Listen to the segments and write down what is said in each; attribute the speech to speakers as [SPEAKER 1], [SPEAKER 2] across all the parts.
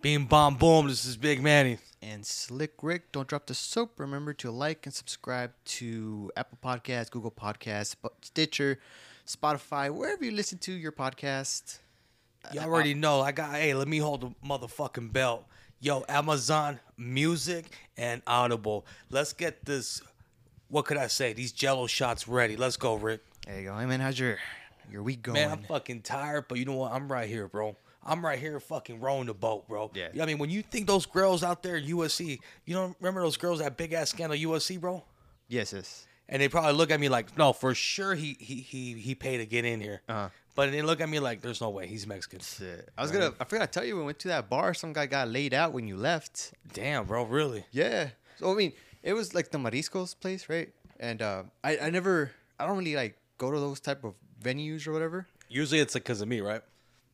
[SPEAKER 1] Beam bomb boom. This is Big Manny.
[SPEAKER 2] and Slick Rick. Don't drop the soap. Remember to like and subscribe to Apple Podcasts, Google Podcasts, Sp- Stitcher, Spotify, wherever you listen to your podcast.
[SPEAKER 1] You already know. I got. Hey, let me hold the motherfucking belt. Yo, Amazon Music and Audible. Let's get this. What could I say? These Jello shots ready. Let's go, Rick.
[SPEAKER 2] There you go. Hey man, how's your your week going?
[SPEAKER 1] Man, I'm fucking tired, but you know what? I'm right here, bro. I'm right here fucking rowing the boat, bro.
[SPEAKER 2] Yeah.
[SPEAKER 1] I mean, when you think those girls out there at USC, you don't remember those girls that big ass scandal USC, bro?
[SPEAKER 2] yes, yes.
[SPEAKER 1] And they probably look at me like, no, for sure he he he he paid to get in here.
[SPEAKER 2] Uh-huh.
[SPEAKER 1] But they look at me like, there's no way he's Mexican.
[SPEAKER 2] Shit. I was gonna. I forgot to tell you. We went to that bar. Some guy got laid out when you left.
[SPEAKER 1] Damn, bro, really?
[SPEAKER 2] Yeah. So I mean, it was like the Mariscos place, right? And uh, I I never I don't really like go to those type of venues or whatever.
[SPEAKER 1] Usually it's because of me, right?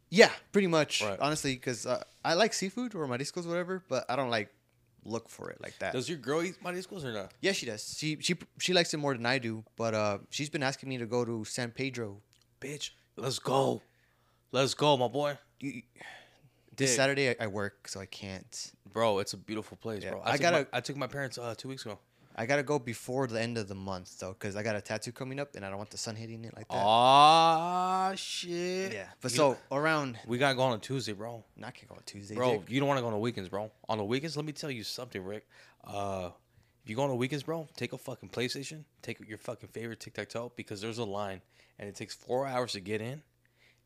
[SPEAKER 2] Yeah, pretty much.
[SPEAKER 1] Right.
[SPEAKER 2] Honestly, because uh, I like seafood or mariscos, whatever, but I don't like look for it like that.
[SPEAKER 1] Does your girl eat mariscos or not?
[SPEAKER 2] yeah, she does. She she she likes it more than I do, but uh, she's been asking me to go to San Pedro
[SPEAKER 1] Bitch, let's go, let's go, my boy.
[SPEAKER 2] You- this
[SPEAKER 1] Dude.
[SPEAKER 2] Saturday. I, I work, so I can't.
[SPEAKER 1] Bro, it's a beautiful place, bro.
[SPEAKER 2] I
[SPEAKER 1] I, got
[SPEAKER 2] gotta-
[SPEAKER 1] I took my parents uh, two weeks ago.
[SPEAKER 2] I gotta go before the end of the month though, because I got a tattoo coming up, and I don't want the sun hitting it like that.
[SPEAKER 1] Ah shit.
[SPEAKER 2] yeah, but
[SPEAKER 1] You-
[SPEAKER 2] so around.
[SPEAKER 1] we gotta go on a Tuesday, bro.
[SPEAKER 2] No, I can't go on Tuesday,
[SPEAKER 1] Bro,
[SPEAKER 2] Dick.
[SPEAKER 1] you don't want to go on the weekends, bro. On the weekends, let me tell you something, Rick. Uh, if you go on the weekends, bro, take a fucking PlayStation, take your fucking favorite tic tac toe because there's a line, and it takes four hours to get in,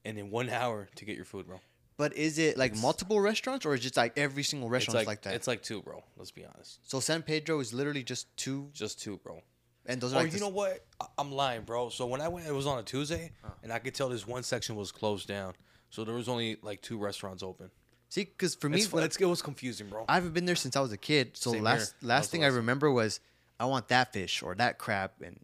[SPEAKER 1] and then one hour to get your food, bro.
[SPEAKER 2] But is it like multiple restaurants, or is it just like every single
[SPEAKER 1] It's
[SPEAKER 2] restaurant
[SPEAKER 1] like,
[SPEAKER 2] is like that?
[SPEAKER 1] It's like two, bro. Let's be honest,
[SPEAKER 2] so San Pedro is literally just two,
[SPEAKER 1] just two, bro.
[SPEAKER 2] and those are
[SPEAKER 1] Oh,
[SPEAKER 2] like
[SPEAKER 1] you
[SPEAKER 2] the s-
[SPEAKER 1] know what? I- I'm lying, bro. So when I went, it was on a Tuesday, and I could tell this one section was closed down. So there was only like two restaurants open.
[SPEAKER 2] See, because for me,
[SPEAKER 1] It's,
[SPEAKER 2] when-
[SPEAKER 1] it's, it was confusing, bro.
[SPEAKER 2] I haven't been there since I was a kid. So
[SPEAKER 1] Same
[SPEAKER 2] last
[SPEAKER 1] here.
[SPEAKER 2] last
[SPEAKER 1] Also
[SPEAKER 2] thing I
[SPEAKER 1] last-
[SPEAKER 2] remember was I want that fish or that crab, and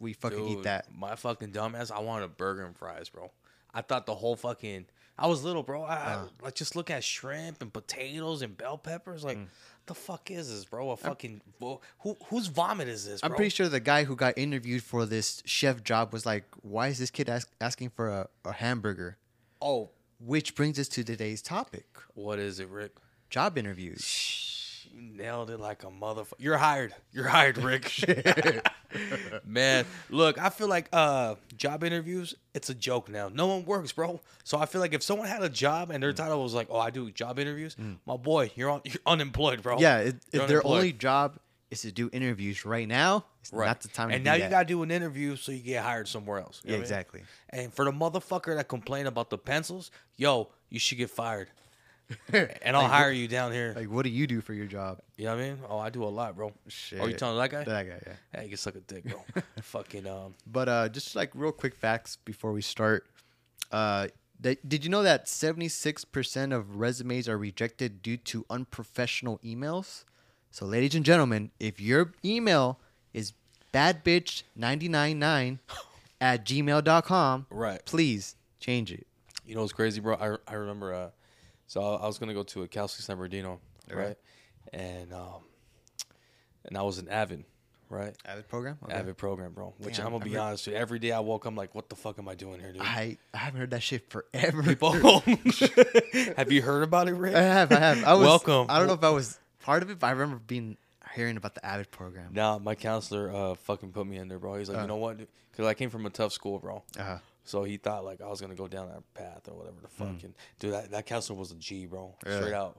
[SPEAKER 2] we fucking eat
[SPEAKER 1] Dude,
[SPEAKER 2] that.
[SPEAKER 1] My fucking dumbass, I wanted a burger and fries, bro. I thought the whole fucking. I was little, bro. I, I- like just look at shrimp and potatoes and bell peppers.
[SPEAKER 2] Mm.
[SPEAKER 1] Like, the fuck is this, bro? A fucking bo- who whose vomit is this? Bro?
[SPEAKER 2] I'm pretty sure the guy who got interviewed for this chef job was like, "Why is this kid ask, asking for a, a hamburger?"
[SPEAKER 1] Oh,
[SPEAKER 2] Which brings us to today's topic:
[SPEAKER 1] what is it, Rick?
[SPEAKER 2] job interviews.
[SPEAKER 1] Shh, You nailed it like a motherfucker. You're hired. You're hired, Rick. Man, look, I feel like uh job interviews, it's a joke now. No one works, bro. So I feel like if someone had a job and
[SPEAKER 2] Mm.
[SPEAKER 1] their title was like, "Oh, I do job interviews," my boy, you're on, you're unemployed, bro.
[SPEAKER 2] Yeah, it,
[SPEAKER 1] You're
[SPEAKER 2] if their
[SPEAKER 1] unemployed.
[SPEAKER 2] only job is to do interviews right now, it's
[SPEAKER 1] Right.
[SPEAKER 2] not the time.
[SPEAKER 1] And
[SPEAKER 2] to
[SPEAKER 1] now
[SPEAKER 2] do
[SPEAKER 1] you
[SPEAKER 2] that.
[SPEAKER 1] gotta do an interview so you get hired somewhere else. You
[SPEAKER 2] yeah,
[SPEAKER 1] know what I mean?
[SPEAKER 2] exactly.
[SPEAKER 1] And for the motherfucker that complained about the pencils, yo, you should get fired. And I'll hire you down here.
[SPEAKER 2] Like, what do you do for your job?
[SPEAKER 1] you know what I mean? Oh, I do a lot, bro.
[SPEAKER 2] Shit.
[SPEAKER 1] Oh, you telling that guy?
[SPEAKER 2] That guy, yeah.
[SPEAKER 1] Hey, you can suck a dick, bro. Fucking um.
[SPEAKER 2] But uh, just like real quick facts before we start. Uh, th- did you know that 76% of resumes are rejected due to unprofessional emails? So, ladies and gentlemen, if your email is badbitch999 at gmail.com,
[SPEAKER 1] Right.
[SPEAKER 2] please change it.
[SPEAKER 1] You know what's crazy, bro? I, I remember. Uh, so I, I was gonna go to a Cal State San Bernardino, right? And um, and I was in Avid, right?
[SPEAKER 2] Avid program?
[SPEAKER 1] Avid program, bro. Which
[SPEAKER 2] Damn,
[SPEAKER 1] I'm gonna be
[SPEAKER 2] Avid.
[SPEAKER 1] honest with you. Every day I woke, I'm like, what the fuck am I doing here, dude?
[SPEAKER 2] I, I haven't heard that shit forever.
[SPEAKER 1] Boom. Have you heard about it, Rick?
[SPEAKER 2] I have, I have. I was,
[SPEAKER 1] Welcome.
[SPEAKER 2] I don't know if I was part of it, but I remember being hearing about the Avid program.
[SPEAKER 1] Nah, my counselor uh fucking put me in there, bro. He's like, you know what? Because I came from a tough school, bro.
[SPEAKER 2] Uh-huh.
[SPEAKER 1] So he thought like I was gonna go down that path or whatever the fuck. And dude, that, that counselor was a G, bro. Straight out.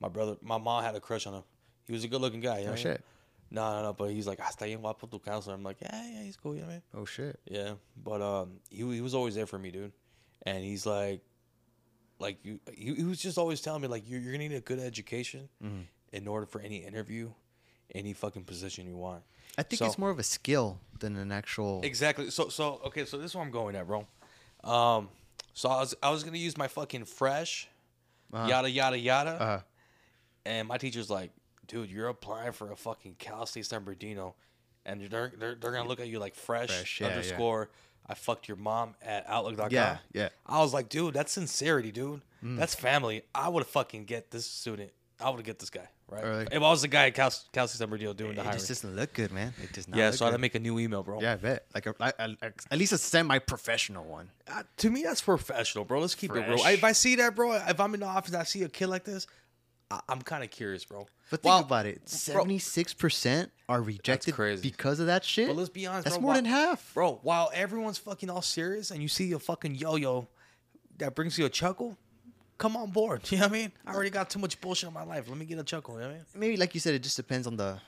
[SPEAKER 1] My brother, my mom had a crush on him. He was a good looking guy. You know what I mean?
[SPEAKER 2] shit.
[SPEAKER 1] No, no, no. But he's like, I stay in Wapo to counselor. I'm like, yeah, yeah, he's cool. You know what I mean?
[SPEAKER 2] Oh, shit.
[SPEAKER 1] Yeah, but um, he he was always there for me, dude, and he's like, like you, he, he was just always telling me like you're you're gonna need a good education in order for any interview, any fucking position you want.
[SPEAKER 2] I think
[SPEAKER 1] So-
[SPEAKER 2] it's more of a skill than an actual.
[SPEAKER 1] Exactly. So so okay. So this is where I'm going at, bro. Um, so I was I was gonna use my fucking fresh, yada yada yada,
[SPEAKER 2] Uh-huh.
[SPEAKER 1] and my teacher's like, dude, you're applying for a fucking Cal State San Bernardino, and they're they're, they're gonna look at you like fresh,
[SPEAKER 2] Fresh, yeah, yeah.
[SPEAKER 1] underscore. I fucked your mom at outlook.com.
[SPEAKER 2] Yeah, yeah. Mm.
[SPEAKER 1] I was like, dude, that's sincerity, dude. That's family. I would fucking get this student. I would get this guy, right?
[SPEAKER 2] Really?
[SPEAKER 1] If I was the guy at Cal, Cal State San Bernardino doing the
[SPEAKER 2] It
[SPEAKER 1] hiring.
[SPEAKER 2] just doesn't look good, man. It does not.
[SPEAKER 1] yeah,
[SPEAKER 2] look
[SPEAKER 1] so I had to
[SPEAKER 2] good.
[SPEAKER 1] make a new email, bro.
[SPEAKER 2] Yeah, I bet. Like a, I- I- I- at least a semi-professional one.
[SPEAKER 1] I- to me, that's professional, bro. Let's keep it real.
[SPEAKER 2] Fresh.
[SPEAKER 1] If I see that, bro, if I'm in the office, I see a kid like this, I, I'm kind of curious, bro.
[SPEAKER 2] But think
[SPEAKER 1] Wow.
[SPEAKER 2] about it. Seventy six percent are rejected
[SPEAKER 1] crazy.
[SPEAKER 2] because of that shit.
[SPEAKER 1] But let's be honest,
[SPEAKER 2] That's
[SPEAKER 1] bro,
[SPEAKER 2] more
[SPEAKER 1] why-
[SPEAKER 2] than half.
[SPEAKER 1] Bro, while everyone's fucking all serious and you see a fucking yo yo that brings you a chuckle, come on board. You know what I mean? I already got too much bullshit in my life. Let me get a chuckle. You know what I mean?
[SPEAKER 2] Maybe like you said, it just depends on the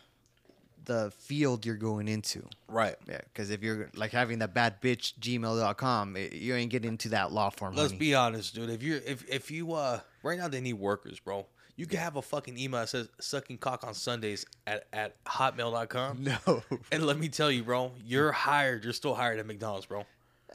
[SPEAKER 2] the field you're going into.
[SPEAKER 1] Right.
[SPEAKER 2] Yeah, because if you're like having that bad bitch gmail.com, it, eh, you ain't getting into that law firm.
[SPEAKER 1] Let's
[SPEAKER 2] honey.
[SPEAKER 1] be honest, dude. If you if if you uh right now they need workers, bro. You can have a fucking email that says sucking cock on Sundays at, at hotmail.com.
[SPEAKER 2] no.
[SPEAKER 1] And let me tell you, bro, you're hired. You're still hired at McDonald's, bro.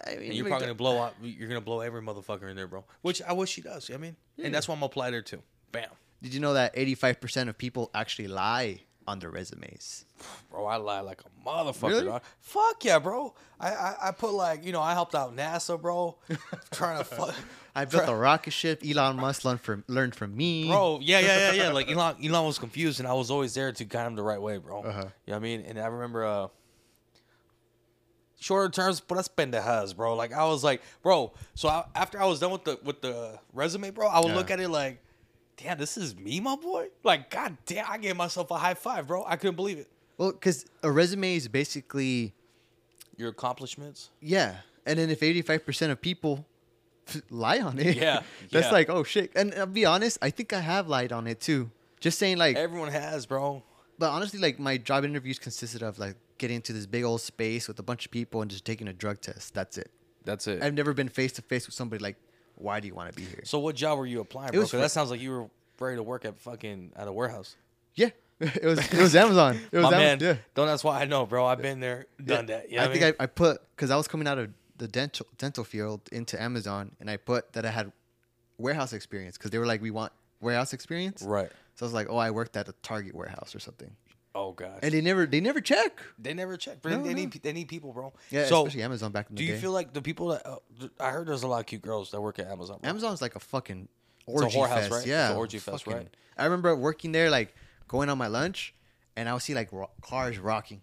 [SPEAKER 2] I mean,
[SPEAKER 1] And you're probably gonna blow up you're gonna blow every motherfucker in there, bro. Which I wish she does, you know what I mean? And that's why I'm gonna apply there too. Bam.
[SPEAKER 2] Did you know that 85% of people actually lie on their resumes?
[SPEAKER 1] Bro, I lie like a motherfucker.
[SPEAKER 2] Really?
[SPEAKER 1] Dog. Fuck yeah, bro. I, I I put like you know I helped out NASA, bro. trying to fuck.
[SPEAKER 2] I built a rocket ship. Elon Musk learned from learned from me.
[SPEAKER 1] Bro, yeah, yeah, yeah, yeah. Like Elon, Elon was confused, and I was always there to guide him the right way, bro. You know what I mean? And I remember uh, shorter terms, but that's pendejas, bro. Like I was like, bro. So I, after I was done with the with the resume, bro, I would
[SPEAKER 2] Yeah.
[SPEAKER 1] look at it like, damn, this is me, my boy. Like, god damn, I gave myself a high five, bro. I couldn't believe it.
[SPEAKER 2] Well, because a resume is basically
[SPEAKER 1] Your accomplishments.
[SPEAKER 2] yeah, and then if 85% of people lie on it,
[SPEAKER 1] Yeah,
[SPEAKER 2] that's
[SPEAKER 1] yeah.
[SPEAKER 2] like oh shit. And I'll be honest, I think I have lied on it too. Just saying, like,
[SPEAKER 1] Everyone has, bro.
[SPEAKER 2] but honestly, like my job interviews consisted of like getting into this big old space with a bunch of people and just taking a drug test. That's it.
[SPEAKER 1] That's it.
[SPEAKER 2] I've never been face to face with somebody like, why do you want to be here?
[SPEAKER 1] So what job were you applying, bro?
[SPEAKER 2] was
[SPEAKER 1] 'Cause
[SPEAKER 2] for-
[SPEAKER 1] that sounds like you were ready to work at fucking at a warehouse.
[SPEAKER 2] Yeah, it was it was Amazon. It was
[SPEAKER 1] My
[SPEAKER 2] Amazon.
[SPEAKER 1] man,
[SPEAKER 2] Yeah.
[SPEAKER 1] don't. That's why I know, bro. I've been there, done that. You know
[SPEAKER 2] I
[SPEAKER 1] what
[SPEAKER 2] think
[SPEAKER 1] mean?
[SPEAKER 2] I, I put because I was coming out of the dental dental field into Amazon, and I put that I had warehouse experience because they were like, we want warehouse experience.
[SPEAKER 1] Right.
[SPEAKER 2] So I was like, oh, I worked at a Target warehouse or something,
[SPEAKER 1] Oh god.
[SPEAKER 2] and they never they never check.
[SPEAKER 1] they never check. Bro.
[SPEAKER 2] No,
[SPEAKER 1] they
[SPEAKER 2] no.
[SPEAKER 1] need they need people, bro.
[SPEAKER 2] Yeah,
[SPEAKER 1] So
[SPEAKER 2] especially Amazon back in the
[SPEAKER 1] do you
[SPEAKER 2] day.
[SPEAKER 1] feel like the people that uh, th- I heard there's a lot of cute girls that work at Amazon? Bro.
[SPEAKER 2] Amazon's like a fucking
[SPEAKER 1] a
[SPEAKER 2] orgy
[SPEAKER 1] whorehouse,
[SPEAKER 2] fest.
[SPEAKER 1] right? It's
[SPEAKER 2] Yeah,
[SPEAKER 1] a orgy fest,
[SPEAKER 2] fucking-
[SPEAKER 1] right?
[SPEAKER 2] I remember working there, like going on my lunch, and I would see like ro- cars rocking.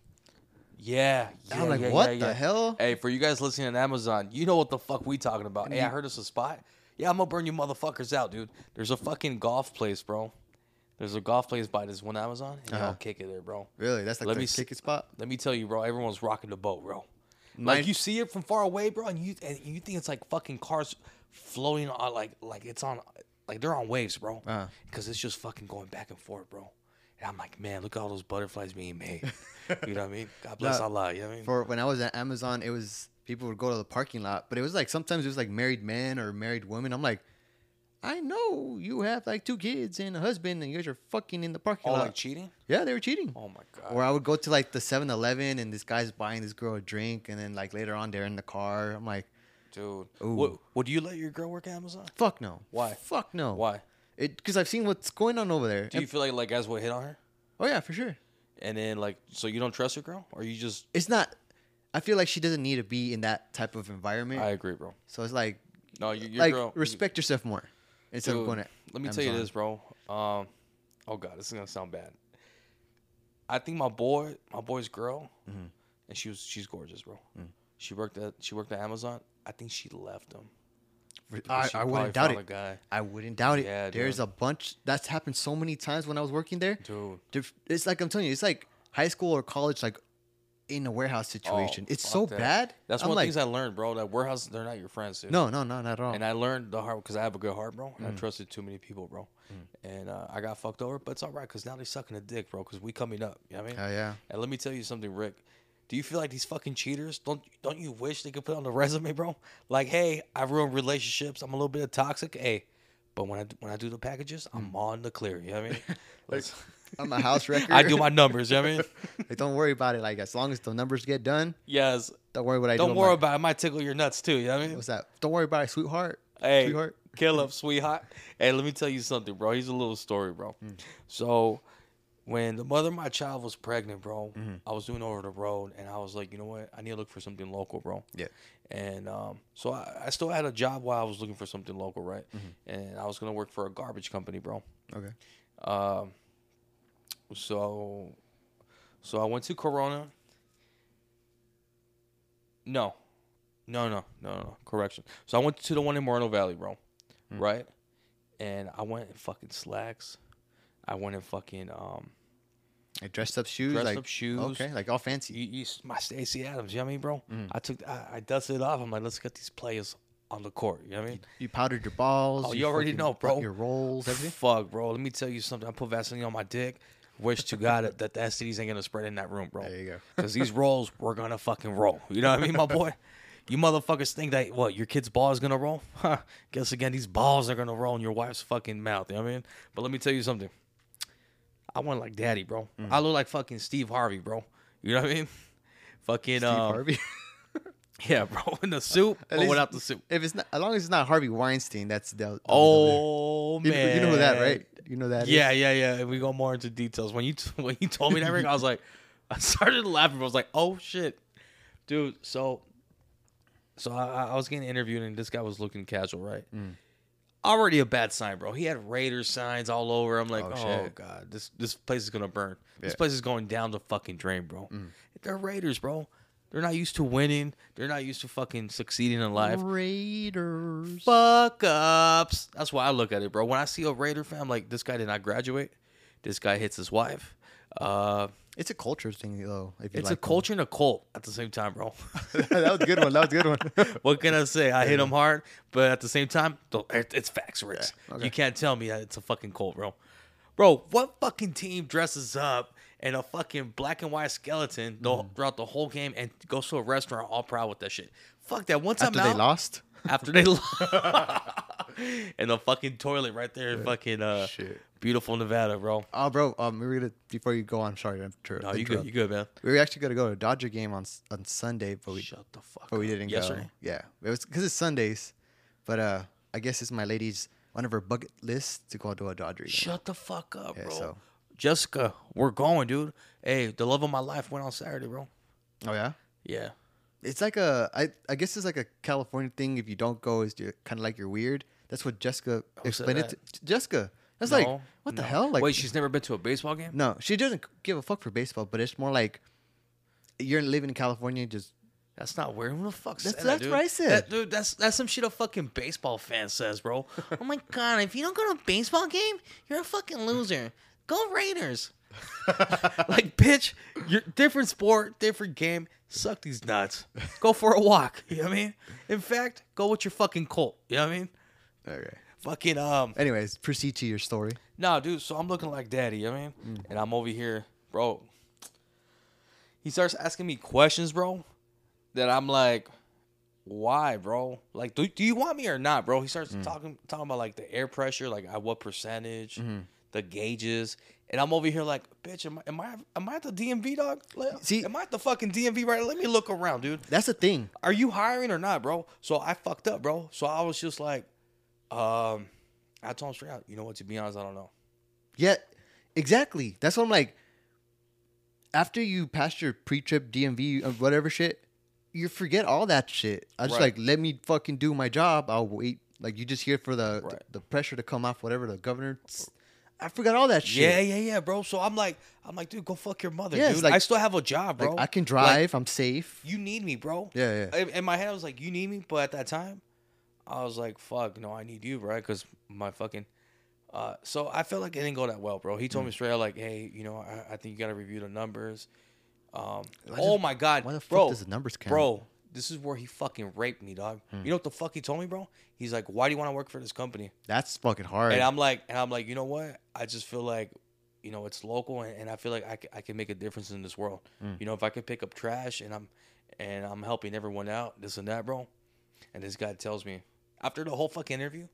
[SPEAKER 1] Yeah.
[SPEAKER 2] I'm
[SPEAKER 1] yeah,
[SPEAKER 2] like,
[SPEAKER 1] yeah,
[SPEAKER 2] what
[SPEAKER 1] yeah,
[SPEAKER 2] the
[SPEAKER 1] yeah.
[SPEAKER 2] hell?
[SPEAKER 1] Hey, for you guys listening on Amazon, you know what the fuck we talking about. Hey, I heard it's a spot. Yeah, I'm gonna burn you motherfuckers out, dude. There's a fucking golf place, bro. There's a golf place by this one Amazon, and
[SPEAKER 2] Uh-huh.
[SPEAKER 1] I'll kick it there, bro.
[SPEAKER 2] Really, that's like
[SPEAKER 1] Let
[SPEAKER 2] the
[SPEAKER 1] me s-
[SPEAKER 2] ticket spot.
[SPEAKER 1] Let me tell you, bro. Everyone's rocking the boat, bro.
[SPEAKER 2] My-
[SPEAKER 1] like you see it from far away, bro, and you and you think it's like fucking cars floating on like like it's on like they're on waves, bro.
[SPEAKER 2] Uh-huh.
[SPEAKER 1] Because it's just fucking going back and forth, bro. And I'm like, man, look at all those butterflies being made. you know what I mean? God bless
[SPEAKER 2] No,
[SPEAKER 1] Allah. You know what I mean?
[SPEAKER 2] for when I was at Amazon, it was people would go to the parking lot, but it was like sometimes it was like married men or married women. I'm like, I know you have like two kids and a husband, and you guys are fucking in the parking
[SPEAKER 1] oh,
[SPEAKER 2] lot.
[SPEAKER 1] like cheating?
[SPEAKER 2] yeah, they were cheating.
[SPEAKER 1] Oh my god.
[SPEAKER 2] Or I would go to like the 7-Eleven and this guy's buying this girl a drink, and then like later on they're in the car. I'm like,
[SPEAKER 1] Dude.
[SPEAKER 2] Ooh.
[SPEAKER 1] Would, would you let your girl work at Amazon?
[SPEAKER 2] fuck no.
[SPEAKER 1] Why?
[SPEAKER 2] Fuck no.
[SPEAKER 1] Why?
[SPEAKER 2] It because I've seen what's going on over there.
[SPEAKER 1] Do you feel like like guys would hit on her?
[SPEAKER 2] oh yeah, for sure.
[SPEAKER 1] And then like so you don't trust your girl? Or you just
[SPEAKER 2] It's not. I feel like she doesn't need to be in that type of environment.
[SPEAKER 1] I agree, bro.
[SPEAKER 2] so it's like,
[SPEAKER 1] No, your, your
[SPEAKER 2] like
[SPEAKER 1] girl
[SPEAKER 2] respect yourself more instead of
[SPEAKER 1] Dude,
[SPEAKER 2] going to.
[SPEAKER 1] let me tell you
[SPEAKER 2] Amazon.
[SPEAKER 1] this, bro. Um, oh god, this is gonna sound bad. I think my boy, my boy's girl,
[SPEAKER 2] Mm-hmm.
[SPEAKER 1] and she was she's gorgeous, bro.
[SPEAKER 2] Mm.
[SPEAKER 1] She worked at she worked at Amazon. I think she left him.
[SPEAKER 2] I,
[SPEAKER 1] because she
[SPEAKER 2] I
[SPEAKER 1] probably
[SPEAKER 2] wouldn't doubt
[SPEAKER 1] found
[SPEAKER 2] it.
[SPEAKER 1] a guy.
[SPEAKER 2] I wouldn't doubt it.
[SPEAKER 1] Yeah,
[SPEAKER 2] There's
[SPEAKER 1] dude.
[SPEAKER 2] a bunch that's happened so many times when I was working there.
[SPEAKER 1] Dude.
[SPEAKER 2] Dif- It's like I'm telling you, it's like high school or college, like in a warehouse situation.
[SPEAKER 1] Oh,
[SPEAKER 2] it's
[SPEAKER 1] fuck
[SPEAKER 2] so
[SPEAKER 1] that.
[SPEAKER 2] bad.
[SPEAKER 1] That's
[SPEAKER 2] I'm
[SPEAKER 1] one of the
[SPEAKER 2] like,
[SPEAKER 1] things I learned, bro. That warehouse, they're not your friends, dude.
[SPEAKER 2] no, no, no, Mm. not at all.
[SPEAKER 1] And I learned the hard because I have a good heart, bro. And I trusted too many people, bro.
[SPEAKER 2] Mm.
[SPEAKER 1] And uh, I got fucked over, but it's all right because now they sucking a dick, bro. Because we coming up. You know what I mean?
[SPEAKER 2] Hell yeah.
[SPEAKER 1] And let me tell you something, Rick. Do you feel like these fucking cheaters? Don't don't you wish they could put on the resume, bro? Like, hey, I ruined relationships. I'm a little bit of toxic. Hey, but when I when I do the packages, I'm
[SPEAKER 2] Mm.
[SPEAKER 1] on the clear. You know what I mean? Let's-
[SPEAKER 2] I'm a house record.
[SPEAKER 1] I do my numbers. You know what I mean?
[SPEAKER 2] Like, don't worry about it. Like as long as the numbers get done,
[SPEAKER 1] Yes.
[SPEAKER 2] don't worry what I do.
[SPEAKER 1] Don't
[SPEAKER 2] I'm
[SPEAKER 1] worry
[SPEAKER 2] like,
[SPEAKER 1] about. it. I might tickle your nuts too. You know what I mean?
[SPEAKER 2] What's that? Don't worry about it, sweetheart.
[SPEAKER 1] Hey,
[SPEAKER 2] Sweetheart.
[SPEAKER 1] kill up, sweetheart. Hey, let me tell you something, bro. Here's a little story, bro.
[SPEAKER 2] Mm.
[SPEAKER 1] So, when the mother of my child was pregnant, bro,
[SPEAKER 2] Mm-hmm.
[SPEAKER 1] I was doing over the road, and I was like, you know what? I need to look for something local, bro.
[SPEAKER 2] Yeah.
[SPEAKER 1] And um, so I, I still had a job while I was looking for something local, right?
[SPEAKER 2] Mm-hmm.
[SPEAKER 1] And I was gonna work for a garbage company, bro.
[SPEAKER 2] Okay.
[SPEAKER 1] Um, so, so I went to Corona. No, no, no, no, no, no. Correction. So I
[SPEAKER 2] Mm.
[SPEAKER 1] went to the one in Moreno Valley, bro. Right, and I went in fucking slacks, I wanted fucking um,
[SPEAKER 2] Like dressed up shoes,
[SPEAKER 1] Dressed
[SPEAKER 2] like
[SPEAKER 1] up shoes.
[SPEAKER 2] Okay, like all fancy.
[SPEAKER 1] you, you, my Stacy Adams. You know what I mean, bro?
[SPEAKER 2] Mm.
[SPEAKER 1] I took, I, I dusted it off. I'm like, let's get these players on the court. You know what I mean?
[SPEAKER 2] You powdered your balls.
[SPEAKER 1] Oh, you already
[SPEAKER 2] fucking
[SPEAKER 1] know,
[SPEAKER 2] cut
[SPEAKER 1] bro.
[SPEAKER 2] Your rolls, everything.
[SPEAKER 1] Fuck, bro. Let me tell you something. I put Vaseline on my dick. Wish to God that- that the STDs ain't gonna spread in that room, bro.
[SPEAKER 2] There you go.
[SPEAKER 1] Because these rolls were gonna fucking roll. You know what I mean, my boy? You motherfuckers think that what your kid's ball is gonna roll? Huh. Guess again, these balls are gonna roll in your wife's fucking mouth. You know what I mean? But let me tell you something. I want like daddy, bro.
[SPEAKER 2] Mm.
[SPEAKER 1] I look like fucking Steve Harvey, bro. You know what I mean? Fucking
[SPEAKER 2] Steve
[SPEAKER 1] um,
[SPEAKER 2] Harvey.
[SPEAKER 1] yeah, bro. In the suit,
[SPEAKER 2] At
[SPEAKER 1] but
[SPEAKER 2] least-
[SPEAKER 1] without the suit.
[SPEAKER 2] If it's not, as long as it's not Harvey Weinstein, that's the.
[SPEAKER 1] Oh
[SPEAKER 2] you,
[SPEAKER 1] man,
[SPEAKER 2] you know that, right? You know that.
[SPEAKER 1] Yeah, yeah, yeah. And we go more into details. When you t- when you told me that, Rick, I was like, I started laughing. I was like, oh shit, dude. So, so I, I- I was getting interviewed, and this guy was looking casual, right?
[SPEAKER 2] Mm.
[SPEAKER 1] Already a bad sign, bro. He had Raiders signs all over. I'm like,
[SPEAKER 2] Oh,
[SPEAKER 1] oh,
[SPEAKER 2] shit.
[SPEAKER 1] god, this this place is gonna burn. This
[SPEAKER 2] Yeah. Mm.
[SPEAKER 1] place is going down the fucking drain, bro. They're Raiders, bro. They're not used to winning. They're not used to fucking succeeding in life
[SPEAKER 2] Raiders.
[SPEAKER 1] fuck ups. That's why I look at it, bro. When I see a Raider fan, I'm like, this guy did not graduate. This guy hits his wife. Uh,
[SPEAKER 2] It's a culture thing, though. If you
[SPEAKER 1] it's a
[SPEAKER 2] like
[SPEAKER 1] culture and a cult at the same time, bro.
[SPEAKER 2] them. that was a good one. That was a good one.
[SPEAKER 1] what can I say? I hit him hard, but at the same time, don't- it- it's facts, Rich.
[SPEAKER 2] okay.
[SPEAKER 1] You can't tell me that it's a fucking cult, bro. Bro, what fucking team dresses up in a fucking black and white skeleton the, throughout the whole game and goes to a restaurant all proud with that shit? Fuck that. Once
[SPEAKER 2] After
[SPEAKER 1] I'm out,
[SPEAKER 2] they lost.
[SPEAKER 1] after they in the fucking toilet right there in fucking uh
[SPEAKER 2] Shit.
[SPEAKER 1] beautiful Nevada, bro.
[SPEAKER 2] Oh, bro. Um, we were gonna before you go on. Sorry, I'm tr-
[SPEAKER 1] No, you good, you good, man.
[SPEAKER 2] We were actually gonna go to a Dodger game on s- on Sunday, but we
[SPEAKER 1] Shut the fuck.
[SPEAKER 2] but we
[SPEAKER 1] up.
[SPEAKER 2] didn't
[SPEAKER 1] Yesterday?
[SPEAKER 2] go. Yeah, it was because it's Sundays, but uh, I guess it's my lady's one of her bucket lists to go to a Dodger game.
[SPEAKER 1] Shut the fuck up,
[SPEAKER 2] Yeah,
[SPEAKER 1] bro.
[SPEAKER 2] so-
[SPEAKER 1] Jessica, we're going, dude. Hey, the love of my life went on Saturday, bro.
[SPEAKER 2] Oh yeah.
[SPEAKER 1] Yeah.
[SPEAKER 2] It's like a I I guess it's like a California thing. If you don't go, is kind of like you're weird. That's what Jessica
[SPEAKER 1] said
[SPEAKER 2] explained it.
[SPEAKER 1] Oh, that?
[SPEAKER 2] To, Jessica. That's like
[SPEAKER 1] No,
[SPEAKER 2] what the
[SPEAKER 1] no.
[SPEAKER 2] hell? Like
[SPEAKER 1] Wait, she's never been to a baseball game?
[SPEAKER 2] no, she doesn't give a fuck for baseball, but it's more like you're living in California. Just
[SPEAKER 1] That's not weird. Who the fuck said
[SPEAKER 2] That's-
[SPEAKER 1] that,
[SPEAKER 2] that's
[SPEAKER 1] dude?
[SPEAKER 2] what I said.
[SPEAKER 1] That- dude, that's that's some shit a fucking baseball fan says, bro. oh my god, if you don't go to a baseball game, you're a fucking loser. Go Raiders. like, bitch, you're different sport, different game. Suck these nuts. Go for a walk. You know what I mean? In fact, go with your fucking Colt. You know what I mean?
[SPEAKER 2] okay.
[SPEAKER 1] Fucking um.
[SPEAKER 2] Anyways, proceed to your story.
[SPEAKER 1] Nah, dude. So I'm looking like daddy. You know what I mean, and I'm over here, bro. He starts asking me questions, bro. That I'm like, why, bro? Like, do, do you want me or not, bro? He starts talking talking about like the air pressure, like at what percentage, the gauges, and I'm over here like, bitch, am I am I am I at the DMV, dog? Like,
[SPEAKER 2] See-
[SPEAKER 1] am I at the fucking DMV? Right? Let me look around, dude
[SPEAKER 2] That's the thing.
[SPEAKER 1] are you hiring or not, bro? So I fucked up, bro. So I was just like, um, I told him straight out, you know what, to be honest, I don't know.
[SPEAKER 2] Yeah, exactly. That's what I'm like. After you pass your pre-trip DMV or uh, whatever shit, you forget all that shit. I just
[SPEAKER 1] Right.
[SPEAKER 2] like let me fucking do my job. I'll wait. Like you just here for the
[SPEAKER 1] Right.
[SPEAKER 2] the pressure to come off whatever the governor. I forgot all that shit.
[SPEAKER 1] Yeah, yeah, yeah, bro. So I'm like, I'm like, dude, go fuck your mother,
[SPEAKER 2] Yeah, it's
[SPEAKER 1] dude.
[SPEAKER 2] like-
[SPEAKER 1] I still have a job, bro.
[SPEAKER 2] Like, I can
[SPEAKER 1] Like,
[SPEAKER 2] drive. I'm safe.
[SPEAKER 1] you need me, bro.
[SPEAKER 2] Yeah, yeah.
[SPEAKER 1] In- In my head, I was like, you need me, but at that time, I was like, fuck, no, I need you, right? Because my fucking. Uh, so I felt like it didn't go that well, bro. He
[SPEAKER 2] Mm.
[SPEAKER 1] told me straight out, like, hey, you know, I, I think you gotta review the numbers. Um, oh my god,
[SPEAKER 2] why the fuck
[SPEAKER 1] bro,
[SPEAKER 2] does the numbers count? Hmm.
[SPEAKER 1] bro? This is where he fucking raped me, dog. You know what the fuck he told me, bro? He's like, why do you want to work for this company?
[SPEAKER 2] That's fucking hard.
[SPEAKER 1] And I'm like, and I'm like, you know what? I just feel like, you know, it's local, and, and I feel like I, c- I can make a difference in this world.
[SPEAKER 2] Mm.
[SPEAKER 1] You know, if I could pick up trash and I'm and I'm helping everyone out, this and that, bro. And this guy tells me after the whole fucking interview,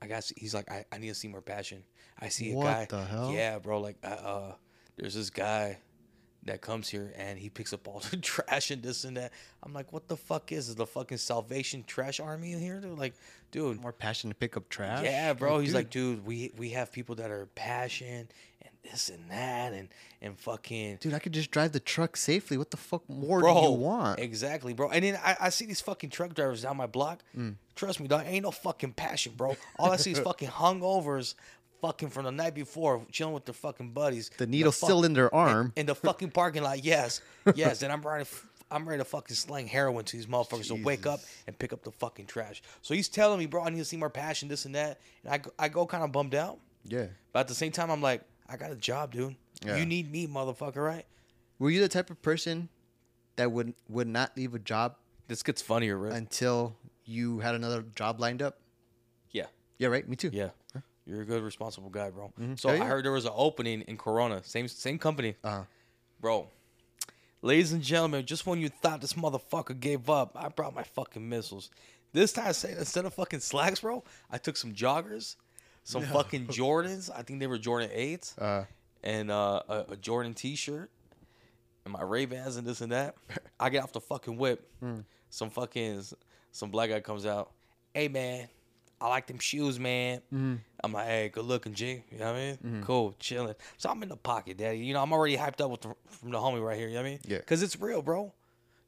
[SPEAKER 1] I got he's like, I, I need to see more passion. I see a
[SPEAKER 2] What
[SPEAKER 1] guy,
[SPEAKER 2] the hell?
[SPEAKER 1] yeah, bro. Like, uh, uh, there's this guy that comes here and he picks up all the trash and this and that. I'm like, what the fuck is this? The fucking Salvation Trash Army in here? They're like, dude,
[SPEAKER 2] more passion to pick up trash.
[SPEAKER 1] yeah, bro. He's
[SPEAKER 2] dude,
[SPEAKER 1] like, dude, we we have people that are passion and this and that and and fucking
[SPEAKER 2] dude, I could just drive the truck safely. What the fuck more
[SPEAKER 1] bro.
[SPEAKER 2] do you want?
[SPEAKER 1] Exactly, bro. And then I, I see these fucking truck drivers down my block.
[SPEAKER 2] Mm.
[SPEAKER 1] Trust me, dog, ain't no fucking passion, bro. All I see is fucking hungovers, fucking from the night before, chilling with their fucking buddies.
[SPEAKER 2] the needle
[SPEAKER 1] fuck-
[SPEAKER 2] still in their arm.
[SPEAKER 1] in the fucking parking lot. Yes, yes. And I'm ready. I'm ready to fucking slang heroin to these motherfuckers to wake up and pick up the fucking trash. So he's telling me, bro, I need to see more passion, this and that. And I go- I go kind of bummed out.
[SPEAKER 2] yeah.
[SPEAKER 1] But at the same time, I'm like, I got a job, dude.
[SPEAKER 2] Yeah.
[SPEAKER 1] You need me, motherfucker, right?
[SPEAKER 2] Were you the type of person that would would not leave a job
[SPEAKER 1] This gets funnier, right?
[SPEAKER 2] until you had another job lined up?
[SPEAKER 1] yeah.
[SPEAKER 2] Yeah, right. Me too.
[SPEAKER 1] Yeah. You're a good, responsible guy, bro. So
[SPEAKER 2] Oh, yeah.
[SPEAKER 1] I heard there was an opening in Corona, same same company,
[SPEAKER 2] Uh,
[SPEAKER 1] bro. Ladies and gentlemen, just when you thought this motherfucker gave up, I brought my fucking missiles. This time, say- instead of fucking slacks, bro, I took some joggers, some fucking Jordans. I think they were Jordan eights,
[SPEAKER 2] uh,
[SPEAKER 1] and uh, a, a Jordan T-shirt, and my Ray Bans and this and that. I get off the fucking whip. Some fucking some black guy comes out. Hey man, I like them shoes, man. I'm like, hey, good looking, G. You know what I mean? Cool, chilling. So I'm in the pocket, daddy. You know, I'm already hyped up with the, from the homie right here. You know what I mean?
[SPEAKER 2] Yeah.
[SPEAKER 1] Cause it's real, bro. You know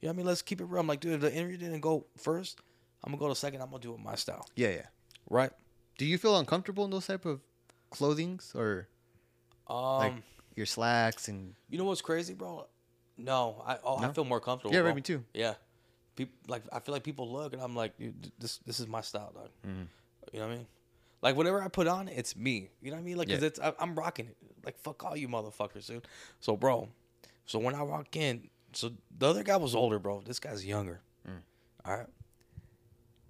[SPEAKER 1] what I mean? Let's keep it real. I'm like, dude, if the interview didn't go first, I'm gonna go to second. I'm gonna do it my style,
[SPEAKER 2] yeah, yeah.
[SPEAKER 1] right?
[SPEAKER 2] Do you feel uncomfortable in those type of clothings or
[SPEAKER 1] Um,
[SPEAKER 2] like your slacks and
[SPEAKER 1] You know what's crazy, bro? No, I oh, I feel more comfortable.
[SPEAKER 2] Yeah, right,
[SPEAKER 1] bro.
[SPEAKER 2] me too.
[SPEAKER 1] Yeah, people like I feel like people look and I'm like, dude, th- this this is my style, dog.
[SPEAKER 2] Mm-hmm.
[SPEAKER 1] You know what I mean? Like whatever I put on, it's me. You know what I mean? Like, 'cause
[SPEAKER 2] Yeah.
[SPEAKER 1] it's I, I'm rocking it. Like fuck all you motherfuckers, dude. So bro, so when I walk in, so the other guy was older, bro. This guy's younger.
[SPEAKER 2] Mm.
[SPEAKER 1] All right.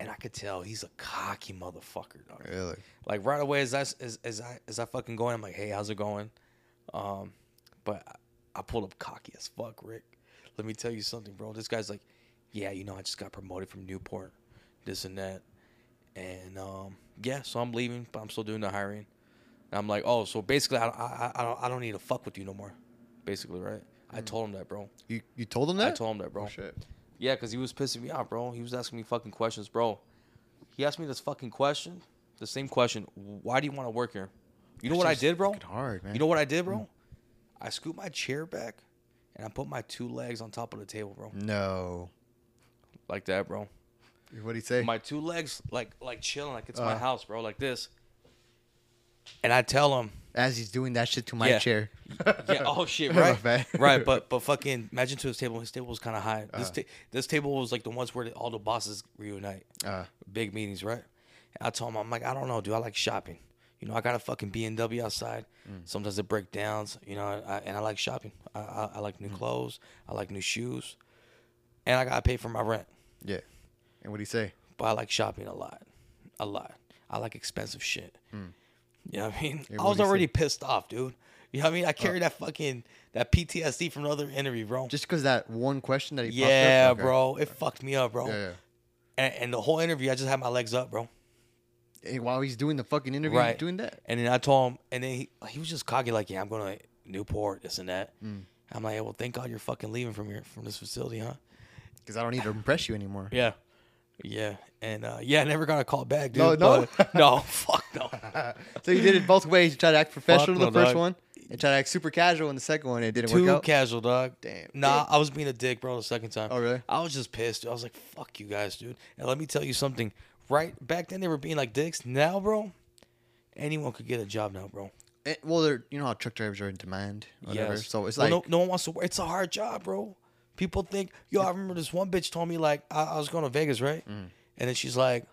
[SPEAKER 1] And I could tell he's a cocky motherfucker, dog
[SPEAKER 2] really?
[SPEAKER 1] like right away as I as, as I as I fucking going, I'm like, hey, how's it going? Um, but I, I pulled up cocky as fuck, Rick. Let me tell you something, bro. This guy's like, yeah, you know, I just got promoted from Newport, this and that, and um, yeah, so I'm leaving, but I'm still doing the hiring. And I'm like, oh, so basically, I I I, I don't I don't need to fuck with you no more, basically, right? I told him that, bro.
[SPEAKER 2] You you told them that?
[SPEAKER 1] I told him that, bro.
[SPEAKER 2] Oh, shit.
[SPEAKER 1] Yeah, because he was pissing me off, bro. He was asking me fucking questions, bro. He asked me this fucking question, the same question. Why do you want to work here? You know
[SPEAKER 2] That's
[SPEAKER 1] what I
[SPEAKER 2] just
[SPEAKER 1] did, bro?
[SPEAKER 2] fucking hard, man. Mm.
[SPEAKER 1] You know what I did, bro? I scooped my chair back and I put my two legs on top of the table,
[SPEAKER 2] Mm.
[SPEAKER 1] bro.
[SPEAKER 2] No.
[SPEAKER 1] Like that, bro.
[SPEAKER 2] What'd he say?
[SPEAKER 1] My two legs, like, like chilling, like it's my
[SPEAKER 2] Uh.
[SPEAKER 1] house, bro, like this. And I tell him,
[SPEAKER 2] As he's doing that shit to my
[SPEAKER 1] Yeah.
[SPEAKER 2] chair.
[SPEAKER 1] yeah, oh shit,
[SPEAKER 2] My
[SPEAKER 1] right,
[SPEAKER 2] bad.
[SPEAKER 1] right. But but fucking imagine to his table. His table was kind of high. This ta- this table was like the ones where all the bosses reunite.
[SPEAKER 2] Uh,
[SPEAKER 1] big meetings, right? And I told him, I'm like, I don't know, dude. I like shopping. You know, I got a fucking BMW outside.
[SPEAKER 2] Mm.
[SPEAKER 1] Sometimes it breaks down. You know, I, and I like shopping. I, I, I like new
[SPEAKER 2] Mm.
[SPEAKER 1] clothes. I like new shoes, and I gotta pay for my rent.
[SPEAKER 2] yeah. And what'd he say?
[SPEAKER 1] But I like shopping a lot, a lot. I like expensive shit.
[SPEAKER 2] Mm.
[SPEAKER 1] You know what I mean? I
[SPEAKER 2] what'd
[SPEAKER 1] was
[SPEAKER 2] he say?
[SPEAKER 1] already pissed off, dude. You know what I mean? I carried that fucking that PTSD from another interview, bro.
[SPEAKER 2] Uh, Just because that one question that he popped up?
[SPEAKER 1] yeah,
[SPEAKER 2] Okay.
[SPEAKER 1] bro. It fucked me up, bro.
[SPEAKER 2] Yeah, yeah.
[SPEAKER 1] And, and the whole interview, I just had my legs up, bro.
[SPEAKER 2] Hey, while he's doing the fucking interview, he's
[SPEAKER 1] Right.
[SPEAKER 2] doing that?
[SPEAKER 1] And then I told him, and then he, he was just cocky, like, "Yeah, I'm going to Newport, this and that."
[SPEAKER 2] Mm.
[SPEAKER 1] I'm like, "Well, thank God you're fucking leaving from your from this facility, huh?"
[SPEAKER 2] Because I don't need to impress you anymore.
[SPEAKER 1] Yeah, yeah, and uh, yeah, I never got a call back, dude.
[SPEAKER 2] No, no?
[SPEAKER 1] but- no, fuck no.
[SPEAKER 2] So you did it both ways. You tried to act professional in the
[SPEAKER 1] no,
[SPEAKER 2] first
[SPEAKER 1] dog.
[SPEAKER 2] one, and tried to act super casual in the second one. and It didn't
[SPEAKER 1] Too
[SPEAKER 2] work out.
[SPEAKER 1] casual, dog.
[SPEAKER 2] Damn.
[SPEAKER 1] Nah, I was being a dick, bro. The second time.
[SPEAKER 2] Oh, really?
[SPEAKER 1] I was just pissed. Dude. I was like, "Fuck you guys, dude." And let me tell you something. Right back then, they were being like dicks. Now, bro, anyone could get a job now, bro.
[SPEAKER 2] Eh, well, they're, you know how truck drivers are in demand. Whatever.
[SPEAKER 1] Yes.
[SPEAKER 2] So it's
[SPEAKER 1] Well,
[SPEAKER 2] like,
[SPEAKER 1] no, no one wants to work. It's a hard job, bro. People think, yo, I remember this one bitch told me like I, I was going to Vegas, right?
[SPEAKER 2] Mm-hmm.
[SPEAKER 1] And then she's like,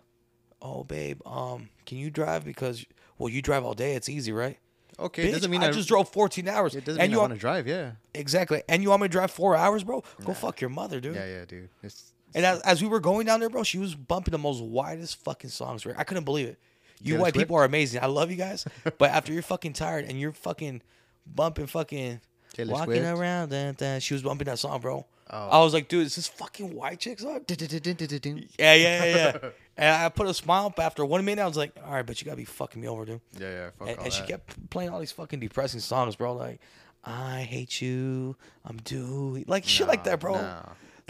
[SPEAKER 1] "Oh, babe, um, can you drive? Because well, you drive all day. It's easy, right?
[SPEAKER 2] okay, it
[SPEAKER 1] Bitch,
[SPEAKER 2] doesn't mean
[SPEAKER 1] I,
[SPEAKER 2] I,
[SPEAKER 1] just drove 14 hours.
[SPEAKER 2] It doesn't
[SPEAKER 1] and
[SPEAKER 2] mean
[SPEAKER 1] you
[SPEAKER 2] I
[SPEAKER 1] want
[SPEAKER 2] want to drive. Yeah.
[SPEAKER 1] exactly, and you want me to drive four hours, bro? Go fuck your mother, dude.
[SPEAKER 2] Yeah, yeah, dude. It's,
[SPEAKER 1] And as, as we were going down there, bro, she was bumping the most widest fucking songs. Right? I couldn't believe it. You
[SPEAKER 2] Taylor
[SPEAKER 1] white
[SPEAKER 2] Swift?
[SPEAKER 1] people are amazing. I love you guys, but after you're fucking tired and you're fucking bumping fucking
[SPEAKER 2] Taylor
[SPEAKER 1] walking
[SPEAKER 2] Swift?
[SPEAKER 1] around, dun, dun, she was bumping that song, bro.
[SPEAKER 2] Oh.
[SPEAKER 1] I was like, dude, is this fucking white chicks song?
[SPEAKER 2] Du-du-du-du-du-du.
[SPEAKER 1] Yeah, yeah, yeah, yeah. and I put a smile up after one minute. I was like, all right, but you gotta be fucking me over, dude.
[SPEAKER 2] Yeah, yeah. Fuck
[SPEAKER 1] And,
[SPEAKER 2] all
[SPEAKER 1] and she
[SPEAKER 2] that.
[SPEAKER 1] kept playing all these fucking depressing songs, bro. Like, I hate you. I'm due. Like shit like
[SPEAKER 2] Nah,
[SPEAKER 1] that, bro.
[SPEAKER 2] nah.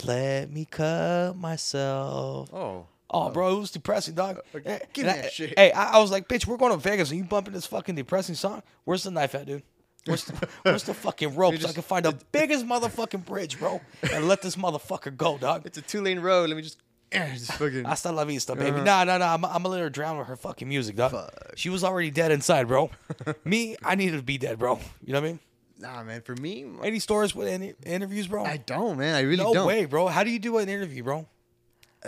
[SPEAKER 1] Let me cut myself.
[SPEAKER 2] Oh.
[SPEAKER 1] Oh, bro, it was depressing, dog.
[SPEAKER 2] uh,
[SPEAKER 1] Eh,
[SPEAKER 2] give
[SPEAKER 1] and
[SPEAKER 2] me
[SPEAKER 1] I-
[SPEAKER 2] that shit.
[SPEAKER 1] Hey, I, I was like, bitch, we're going to Vegas and you bumping this fucking depressing song. Where's the knife at, dude? Where's the, where's the fucking rope so I
[SPEAKER 2] just-
[SPEAKER 1] can find the biggest motherfucking bridge, bro, and let this motherfucker go, dog?
[SPEAKER 2] It's a two lane road. Let me just. eh, just fucking.
[SPEAKER 1] Hasta la vista, baby.
[SPEAKER 2] Uh-huh.
[SPEAKER 1] Nah, nah, nah. I'm, I'm gonna let her drown with her fucking music, dog. She was already dead inside, bro. Me, I needed to be dead, bro. You know what I mean?
[SPEAKER 2] Nah, man. For me,
[SPEAKER 1] Any stories with any interviews, bro?
[SPEAKER 2] I don't, man. I really
[SPEAKER 1] no
[SPEAKER 2] don't.
[SPEAKER 1] way, bro. How do you do an interview, bro?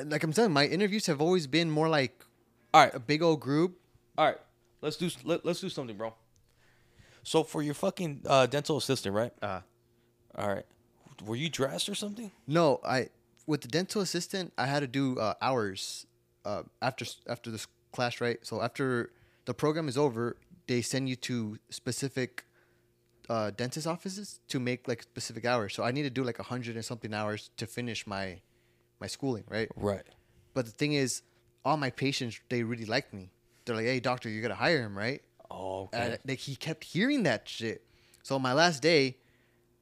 [SPEAKER 2] Like I'm saying, my interviews have always been more like
[SPEAKER 1] All right,
[SPEAKER 2] a big old group.
[SPEAKER 1] All right, let's do let, let's do something, bro. So for your fucking uh, dental assistant, right?
[SPEAKER 2] Uh,
[SPEAKER 1] All right. Were you dressed or something?
[SPEAKER 2] no, I with the dental assistant, I had to do uh, hours uh, after s- after this class, right? So after the program is over, they send you to specific uh, dentist offices to make like specific hours. So I need to do like a hundred and something hours to finish my my schooling, right?
[SPEAKER 1] Right.
[SPEAKER 2] But the thing is, all my patients they really liked me. They're like, "Hey, doctor, you gotta hire him, right?"
[SPEAKER 1] Oh, okay.
[SPEAKER 2] And like he kept hearing that shit. So my last day,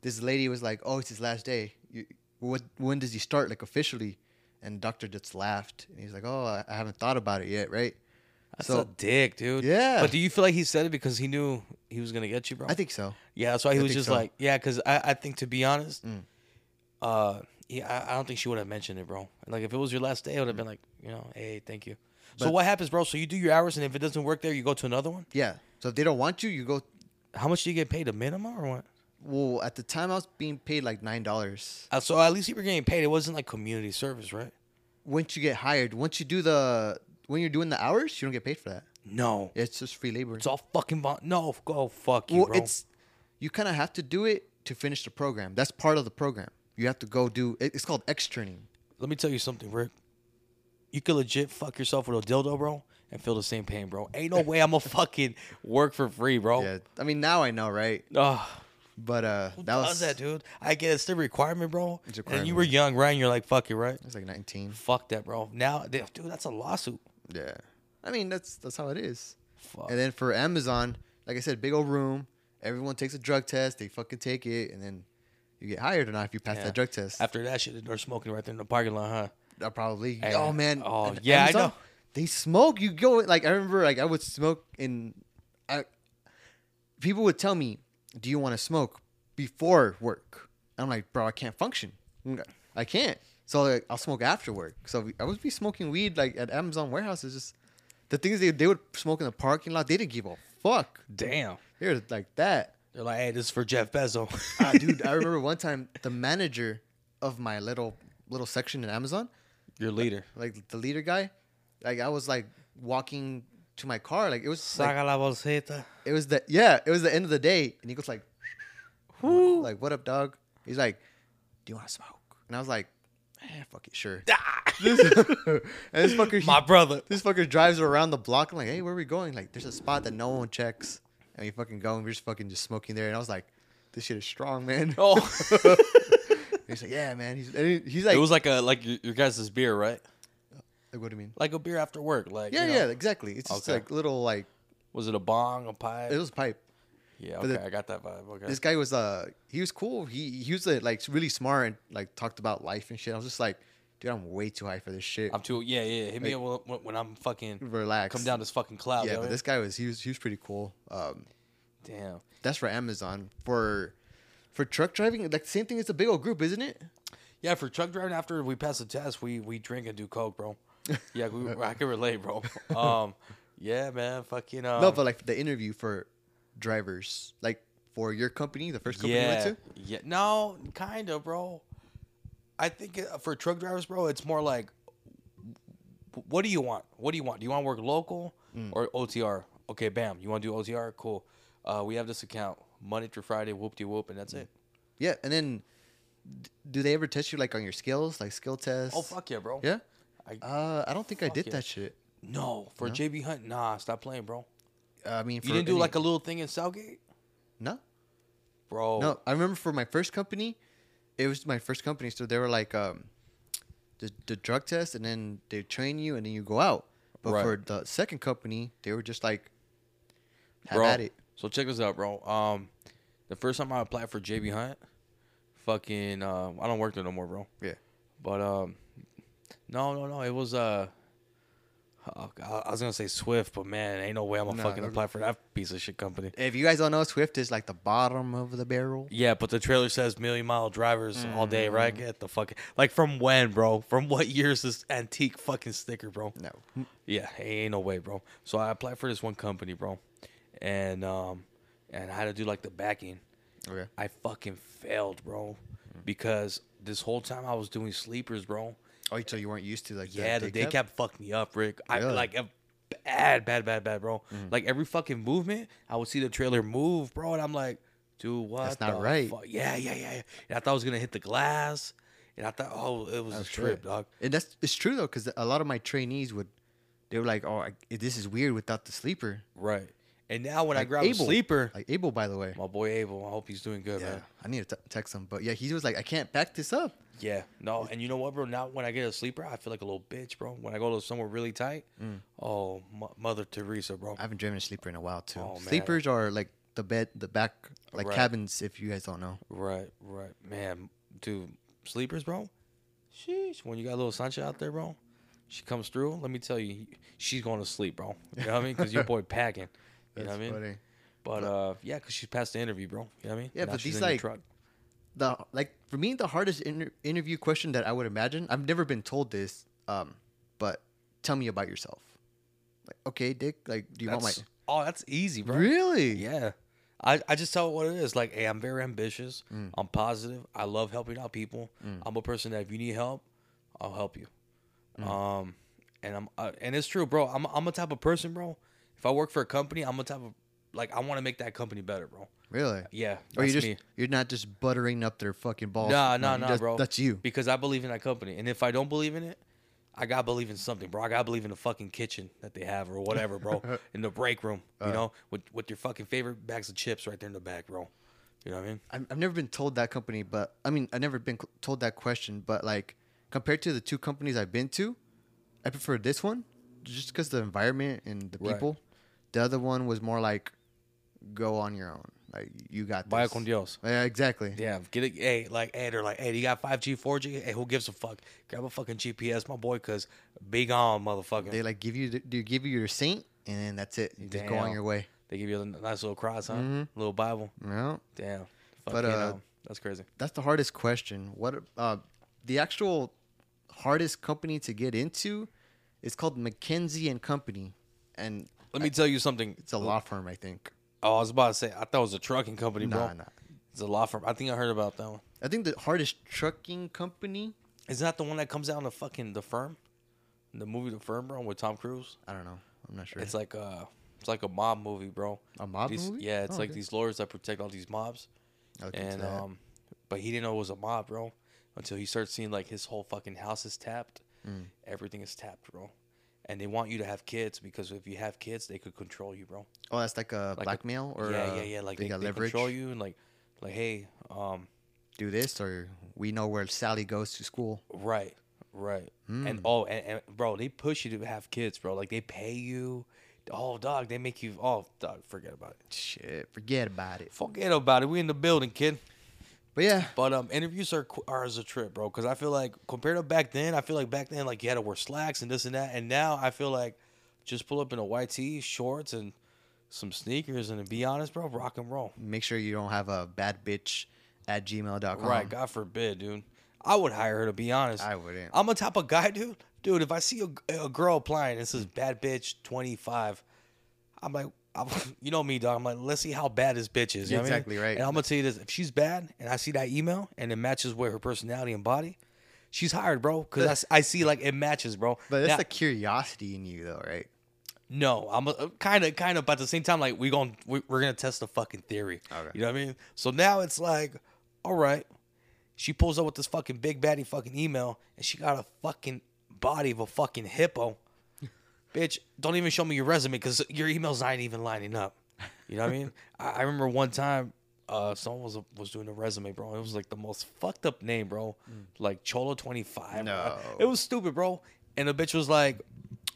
[SPEAKER 2] this lady was like, "Oh, it's his last day. You, what? When does he start? Like officially?" And doctor just laughed, and he's like, "Oh, I, I haven't thought about it yet, right?"
[SPEAKER 1] That's
[SPEAKER 2] so
[SPEAKER 1] a dick, dude.
[SPEAKER 2] Yeah.
[SPEAKER 1] But do you feel like he said it because he knew he was gonna get you, bro?
[SPEAKER 2] I think so.
[SPEAKER 1] Yeah, that's why he
[SPEAKER 2] I
[SPEAKER 1] was
[SPEAKER 2] think
[SPEAKER 1] just
[SPEAKER 2] so.
[SPEAKER 1] like, yeah, because I, I think to be honest, uh, yeah, I, I don't think she would have mentioned it, bro. Like if it was your last day, I would have been like, you know, hey, thank you. so
[SPEAKER 2] But-
[SPEAKER 1] what happens, bro? So you do your hours, and if it doesn't work there, you go to another one.
[SPEAKER 2] Yeah. So if they don't want you, you go.
[SPEAKER 1] How much do you get paid? A minimum or what?
[SPEAKER 2] Well, at the time I was being paid like nine dollars.
[SPEAKER 1] Uh, so at least you were getting paid. It wasn't like community service, right?
[SPEAKER 2] Once you get hired, once you do the when you're doing the hours, you don't get paid for that.
[SPEAKER 1] No,
[SPEAKER 2] It's just free labor.
[SPEAKER 1] it's all fucking bon- no. Go fuck you,
[SPEAKER 2] Well,
[SPEAKER 1] bro.
[SPEAKER 2] it's you kind of have to do it to finish the program. That's part of the program. You have to go do. it- It's called externing.
[SPEAKER 1] Let me tell you something, Rick. You could legit fuck yourself with a dildo, bro, and feel the same pain, bro. Ain't no way I'm gonna fucking work for free, bro.
[SPEAKER 2] Yeah, I mean now I know, right?
[SPEAKER 1] Ugh.
[SPEAKER 2] But uh, that
[SPEAKER 1] How's
[SPEAKER 2] was
[SPEAKER 1] that, dude? I get it's the requirement, bro.
[SPEAKER 2] It's a
[SPEAKER 1] And you
[SPEAKER 2] requirement.
[SPEAKER 1] were young, right? And you're like, fuck it, right?
[SPEAKER 2] I was like 19.
[SPEAKER 1] Fuck that, bro. Now, they- dude, that's a lawsuit.
[SPEAKER 2] Yeah, I mean that's that's how it is.
[SPEAKER 1] Fuck.
[SPEAKER 2] And then for Amazon, like I said, big old room. Everyone takes a drug test. They fucking take it, and then you get hired or not if you pass
[SPEAKER 1] Yeah.
[SPEAKER 2] that drug test.
[SPEAKER 1] After that shit, they're smoking right there in the parking lot, huh?
[SPEAKER 2] I probably.
[SPEAKER 1] Hey,
[SPEAKER 2] oh man.
[SPEAKER 1] oh,
[SPEAKER 2] and
[SPEAKER 1] yeah, I know.
[SPEAKER 2] They smoke. You go like I remember like I would smoke in. I, people would tell me, "Do you want to smoke before work?" I'm like, "Bro, I can't function. I can't." So like, I'll smoke after work. So we- I would be smoking weed like at Amazon warehouses. Just the things they they would smoke in the parking lot. They didn't give a fuck.
[SPEAKER 1] Damn.
[SPEAKER 2] They were like that.
[SPEAKER 1] They're like, hey, this is for Jeff Bezos.
[SPEAKER 2] Ah, dude, I remember one time the manager of my little little section in Amazon
[SPEAKER 1] Your leader.
[SPEAKER 2] like the leader guy. Like I was like walking to my car, like it was like,
[SPEAKER 1] la bolseta.
[SPEAKER 2] it was the yeah, it was the end of the day, and he goes like,
[SPEAKER 1] Whoo.
[SPEAKER 2] like what up, dog? He's like, do you want to smoke? And I was like, eh, fuck it, sure. this, and this fucker,
[SPEAKER 1] My brother.
[SPEAKER 2] this fucker drives around the block. I'm like, hey, where are we going? Like, there's a spot that no one checks, and we fucking go, and we're just fucking just smoking there. And I was like, this shit is strong, man.
[SPEAKER 1] Oh.
[SPEAKER 2] He's like, yeah, man. He's and he- he's like,
[SPEAKER 1] it was like a like your, your guys' beer, right?
[SPEAKER 2] like, what do you mean?
[SPEAKER 1] Like a beer after work. Like
[SPEAKER 2] Yeah,
[SPEAKER 1] you know,
[SPEAKER 2] yeah, exactly. It's just
[SPEAKER 1] Okay.
[SPEAKER 2] like little like
[SPEAKER 1] Was it a bong, a
[SPEAKER 2] it
[SPEAKER 1] pipe?
[SPEAKER 2] was pipe.
[SPEAKER 1] Yeah,
[SPEAKER 2] but
[SPEAKER 1] okay,
[SPEAKER 2] the-
[SPEAKER 1] I got that vibe. Okay.
[SPEAKER 2] this guy was uh he was cool. He he was uh, like really smart and like talked about life and shit. I was just like, dude, I'm way too high for this shit.
[SPEAKER 1] I'm too yeah, yeah. Hit me up when, when I'm fucking
[SPEAKER 2] Relax.
[SPEAKER 1] come down this fucking cloud.
[SPEAKER 2] Yeah,
[SPEAKER 1] yo.
[SPEAKER 2] but this guy was he was he was pretty cool. Um,
[SPEAKER 1] Damn.
[SPEAKER 2] that's for Amazon for for truck driving. Like same thing. It's a big old group, isn't it?
[SPEAKER 1] Yeah, for truck driving, after we pass the test, we we drink and do coke, bro. Yeah, we, I can relate, bro. Um, yeah, man, fucking. Um,
[SPEAKER 2] no, but like the interview for drivers, like for your company, the first company you
[SPEAKER 1] yeah,
[SPEAKER 2] went to.
[SPEAKER 1] yeah, no, kind of, bro. I think uh, for truck drivers, bro, it's more like, w- what do you want? What do you want? Do you want to work local
[SPEAKER 2] Mm.
[SPEAKER 1] or OTR? Okay, bam. You want to do OTR? Cool. Uh, we have this account Monday through Friday, whoop de whoop, and that's it.
[SPEAKER 2] Yeah, and then d- do they ever test you like on your skills, like skill tests?
[SPEAKER 1] Oh fuck yeah, bro.
[SPEAKER 2] Yeah.
[SPEAKER 1] I,
[SPEAKER 2] Uh, I don't think I did
[SPEAKER 1] yeah.
[SPEAKER 2] that shit.
[SPEAKER 1] no, for JB Hunt, nah, stop playing, bro.
[SPEAKER 2] Uh, I mean,
[SPEAKER 1] You didn't do like a little thing in Southgate,
[SPEAKER 2] no.
[SPEAKER 1] bro.
[SPEAKER 2] No, I remember for my first company, it was my first company, so they were like um, the the drug test, and then they train you, and then you go out. But
[SPEAKER 1] Right.
[SPEAKER 2] for the second company, they were just like, have
[SPEAKER 1] bro.
[SPEAKER 2] at it.
[SPEAKER 1] So check this out, bro. Um, the first time I applied for JB Hunt, fucking, um, I don't work there no more, bro.
[SPEAKER 2] Yeah,
[SPEAKER 1] But um, no, no, no. It was uh, oh, God, I was gonna say Swift, but man, ain't no way I'm gonna
[SPEAKER 2] Nah,
[SPEAKER 1] fucking
[SPEAKER 2] those-
[SPEAKER 1] apply for that piece of shit company.
[SPEAKER 2] if you guys don't know, Swift is like the bottom of the barrel.
[SPEAKER 1] Yeah, but the trailer says million mile drivers all day, right? Get the fucking like from when, bro? From what year is this antique fucking sticker, bro?
[SPEAKER 2] No,
[SPEAKER 1] Yeah, ain't no way, bro. So I applied for this one company, bro, and um, and I had to do like the backing.
[SPEAKER 2] okay,
[SPEAKER 1] I fucking failed, bro,
[SPEAKER 2] Mm.
[SPEAKER 1] because this whole time I was doing sleepers, bro.
[SPEAKER 2] oh, so you weren't used to like
[SPEAKER 1] Yeah, the day cap fucked me up, Rick. I
[SPEAKER 2] Really?
[SPEAKER 1] like a, ad bad, bad, bad, bro.
[SPEAKER 2] Mm.
[SPEAKER 1] Like every fucking movement, I would see the trailer move, bro, and I'm like, dude, what?
[SPEAKER 2] That's not
[SPEAKER 1] the
[SPEAKER 2] right.
[SPEAKER 1] fu- Yeah, yeah, yeah, yeah. And I thought I was gonna hit the glass, and I thought, oh, it was a trip,
[SPEAKER 2] it.
[SPEAKER 1] dog.
[SPEAKER 2] And that's it's true though, because a lot of my trainees would, they were like, "Oh, I, this is weird without the sleeper."
[SPEAKER 1] Right. And now when I grab
[SPEAKER 2] Abel.
[SPEAKER 1] a sleeper,
[SPEAKER 2] Like Abel, by the way.
[SPEAKER 1] my boy Abel, I hope he's doing good, man.
[SPEAKER 2] I need to t- text him, but yeah, he was like, "I can't back this up."
[SPEAKER 1] Yeah, no, and you know what, bro? Now when I get a sleeper, I feel like a little bitch, bro. When I go to somewhere really tight, oh, mo- Mother Teresa, bro.
[SPEAKER 2] Mm. I haven't driven a sleeper in a while too.
[SPEAKER 1] Oh, man.
[SPEAKER 2] Sleepers are like the bed, the back, like
[SPEAKER 1] Right.
[SPEAKER 2] cabins. If you guys don't know,
[SPEAKER 1] Right, right, man, dude. Sleepers, bro. Sheesh. When you got little Sancha out there, bro, she comes through. Let me tell you, she's going to sleep, bro. You know what I mean? Because your boy packing. You know what I mean? But uh, yeah, because she's passed the interview, bro. You know what I mean?
[SPEAKER 2] Yeah,
[SPEAKER 1] Now
[SPEAKER 2] but
[SPEAKER 1] she's in
[SPEAKER 2] these,
[SPEAKER 1] your
[SPEAKER 2] like-
[SPEAKER 1] truck.
[SPEAKER 2] The like for me, the hardest inter- interview question that I would imagine. I've never been told this, um, but tell me about yourself. Like, okay, Dick. Like, do you
[SPEAKER 1] That's,
[SPEAKER 2] want
[SPEAKER 1] oh, that's easy,
[SPEAKER 2] my?
[SPEAKER 1] bro.
[SPEAKER 2] Really?
[SPEAKER 1] Yeah. I, I just tell it what it is. Like, hey, I'm very ambitious.
[SPEAKER 2] Mm.
[SPEAKER 1] I'm positive. I love helping out people. I'm a person that if you need help, I'll help you.
[SPEAKER 2] Mm.
[SPEAKER 1] Um, and I'm uh, and it's true, bro. I'm I'm a type of person, bro. If I work for a company, I'm a type of like I want to make that company better, bro.
[SPEAKER 2] Really?
[SPEAKER 1] Yeah,
[SPEAKER 2] Or
[SPEAKER 1] that's
[SPEAKER 2] you just
[SPEAKER 1] me.
[SPEAKER 2] you're not just buttering up their fucking balls.
[SPEAKER 1] Nah,
[SPEAKER 2] No,
[SPEAKER 1] nah,
[SPEAKER 2] you
[SPEAKER 1] nah,
[SPEAKER 2] just-
[SPEAKER 1] bro.
[SPEAKER 2] That's you.
[SPEAKER 1] Because I believe in that company, and if I don't believe in it, I gotta believe in something, bro. I gotta believe in the fucking kitchen that they have or whatever, bro. in the break room,
[SPEAKER 2] Uh.
[SPEAKER 1] you know, with with your fucking favorite bags of chips right there in the back, bro. You know what I mean?
[SPEAKER 2] I'm- I've never been told that company, but I mean, I've never been c- told that question. But like, compared to the two companies I've been to, I prefer this one just because the environment and the
[SPEAKER 1] Right.
[SPEAKER 2] people. The other one was more like, go on your own. Like you got this.
[SPEAKER 1] Vaya con Dios.
[SPEAKER 2] Yeah, exactly.
[SPEAKER 1] Yeah, get it. Hey, like, hey, they're like, hey, you got 5G, 4G? Hey, who gives a fuck? Grab a fucking GPS, my boy, because be gone, motherfucker.
[SPEAKER 2] They like give you the, they give you your saint, and then that's it. You just go on
[SPEAKER 1] Damn.
[SPEAKER 2] your way.
[SPEAKER 1] They give you a nice little cross, huh? Little Bible.
[SPEAKER 2] No,
[SPEAKER 1] Damn. Fuck
[SPEAKER 2] Mm-hmm. But,
[SPEAKER 1] you
[SPEAKER 2] uh,
[SPEAKER 1] know. that's crazy.
[SPEAKER 2] that's the hardest question. What uh, the actual hardest company to get into is called McKinsey and Company, and
[SPEAKER 1] Let me tell you something.
[SPEAKER 2] it's a law firm, I think.
[SPEAKER 1] Oh, I was about to say, I thought it was a trucking company, bro.
[SPEAKER 2] Nah, nah.
[SPEAKER 1] It's a law firm. I think I heard about that one.
[SPEAKER 2] I think the hardest trucking company.
[SPEAKER 1] Is that the one that comes out in the fucking The Firm? The movie The Firm, bro, with Tom Cruise?
[SPEAKER 2] I don't know. I'm not sure.
[SPEAKER 1] It's like a, it's like a mob movie, bro.
[SPEAKER 2] A mob
[SPEAKER 1] These-
[SPEAKER 2] movie?
[SPEAKER 1] Yeah, it's
[SPEAKER 2] Oh,
[SPEAKER 1] like
[SPEAKER 2] okay.
[SPEAKER 1] these lawyers that protect all these mobs.
[SPEAKER 2] I'll look into
[SPEAKER 1] and
[SPEAKER 2] that.
[SPEAKER 1] um, but he didn't know it was a mob, bro, until he starts seeing like his whole fucking house is tapped,
[SPEAKER 2] Mm.
[SPEAKER 1] everything is tapped, bro, and they want you to have kids because if you have kids, they could control you, bro.
[SPEAKER 2] oh, that's like a
[SPEAKER 1] Like a-
[SPEAKER 2] blackmail or
[SPEAKER 1] yeah,
[SPEAKER 2] uh,
[SPEAKER 1] yeah, yeah, like
[SPEAKER 2] they,
[SPEAKER 1] they,
[SPEAKER 2] got
[SPEAKER 1] they
[SPEAKER 2] leverage.
[SPEAKER 1] control you and like, like hey, um,
[SPEAKER 2] Do this or we know where Sally goes to school.
[SPEAKER 1] Right, right. And oh, and, and bro, they push you to have kids, bro. Like they pay you. Oh, dog, they make you. Oh, dog, forget about it.
[SPEAKER 2] Shit, forget about it.
[SPEAKER 1] Forget about it. We in the building, kid.
[SPEAKER 2] But yeah,
[SPEAKER 1] But um, interviews are qu- are as a trip, bro. Because I feel like compared to back then, I feel like back then like you had to wear slacks and this and that, and now I feel like just pull up in a white tee, shorts, and some sneakers, and to be honest, bro, rock and roll.
[SPEAKER 2] make sure you don't have a bad bitch at gmail.com.
[SPEAKER 1] Right, God forbid, dude. I would hire her to be honest.
[SPEAKER 2] I wouldn't.
[SPEAKER 1] I'm a type of guy, dude. Dude, if I see a, a girl applying and it says bad bitch 25, I'm like, I'm, you know me, dog. I'm like, let's see how bad this bitch is. You know what I mean?
[SPEAKER 2] Exactly right.
[SPEAKER 1] And I'm gonna tell you this: if she's bad and I see that email and it matches with her personality and body, she's hired, bro. Because I s- I, see like it matches, bro.
[SPEAKER 2] But that's
[SPEAKER 1] Now-
[SPEAKER 2] the curiosity in you, though, right?
[SPEAKER 1] no, I'm kind of, kind of, but at the same time, like we going we, we're gonna test the fucking theory.
[SPEAKER 2] Okay.
[SPEAKER 1] You know what I mean? So now it's like, all right, she pulls up with this fucking big baddie fucking email, and she got a fucking body of a fucking hippo. Bitch, don't even show me your resume because your email's not even lining up. You know what I mean? I, I remember one time, uh, someone was was doing a resume, bro. It was like the most fucked up name, bro. Like Cholo twenty five.
[SPEAKER 2] Mm. No.
[SPEAKER 1] it was stupid, bro. And the bitch was like,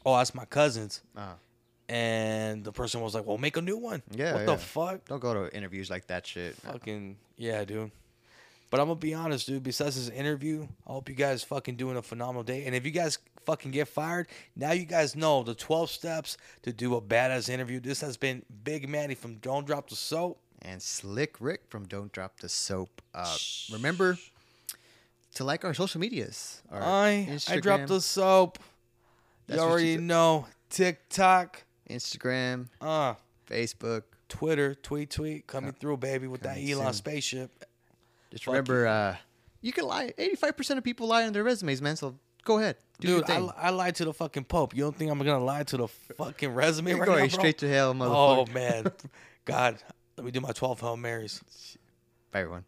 [SPEAKER 1] "Oh, that's my cousin's."
[SPEAKER 2] Uh-huh.
[SPEAKER 1] and the person was like, "Well, make a new one."
[SPEAKER 2] Yeah,
[SPEAKER 1] What
[SPEAKER 2] yeah.
[SPEAKER 1] the fuck?
[SPEAKER 2] Don't go to interviews like that shit.
[SPEAKER 1] Fucking yeah, dude. But I'm gonna be honest, dude. Besides this interview, I hope you guys fucking doing a phenomenal day. And if you guys fucking get fired, now you guys know the 12 steps to do a badass interview. This has been Big Manny from Don't Drop the Soap.
[SPEAKER 2] and Slick Rick from Don't Drop the Soap. Uh, remember to like our social medias. Our
[SPEAKER 1] I I dropped
[SPEAKER 2] Instagram-
[SPEAKER 1] the soap.
[SPEAKER 2] That's
[SPEAKER 1] you
[SPEAKER 2] what you
[SPEAKER 1] already
[SPEAKER 2] said.
[SPEAKER 1] know TikTok,
[SPEAKER 2] Instagram,
[SPEAKER 1] uh,
[SPEAKER 2] Facebook.
[SPEAKER 1] Twitter, tweet, tweet, coming through, baby, with that
[SPEAKER 2] coming
[SPEAKER 1] Elon
[SPEAKER 2] soon.
[SPEAKER 1] spaceship.
[SPEAKER 2] Just
[SPEAKER 1] Fuck
[SPEAKER 2] remember, uh, you can lie. Eighty-five percent of people lie on their resumes, man. So Go ahead, do your
[SPEAKER 1] Dude, I,
[SPEAKER 2] thing.
[SPEAKER 1] I lied to the fucking Pope. You don't think I'm gonna lie to the fucking resume
[SPEAKER 2] You're
[SPEAKER 1] right
[SPEAKER 2] going
[SPEAKER 1] now, bro?
[SPEAKER 2] straight to hell, motherfucker.
[SPEAKER 1] Oh man, God, let me do my twelve Hail Marys.
[SPEAKER 2] Bye, everyone.